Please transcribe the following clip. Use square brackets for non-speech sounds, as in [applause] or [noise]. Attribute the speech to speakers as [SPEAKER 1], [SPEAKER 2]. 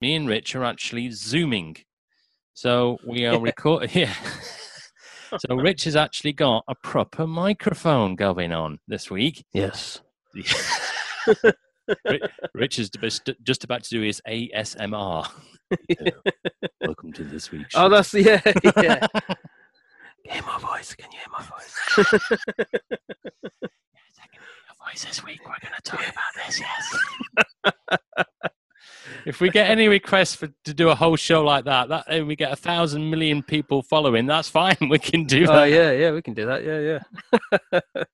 [SPEAKER 1] me and Rich are actually zooming. So we are [laughs] recording. Yeah. so Rich has actually got a proper microphone going on this week.
[SPEAKER 2] Yes.
[SPEAKER 1] Ri- Rich is just- just about to do his ASMR. [laughs] Welcome to this week's.
[SPEAKER 2] Oh,
[SPEAKER 1] show.
[SPEAKER 2] that's [laughs] yeah, yeah. hear my voice? Can you hear
[SPEAKER 1] [laughs]
[SPEAKER 2] my voice?
[SPEAKER 1] voice this week. We're going to talk about this, yes.
[SPEAKER 2] [laughs]
[SPEAKER 1] if we get any requests for to do a whole show like that, that and we get a thousand million people following, that's fine. [laughs] We can do
[SPEAKER 2] Oh
[SPEAKER 1] that.
[SPEAKER 2] yeah, yeah. We can do that. Yeah, yeah.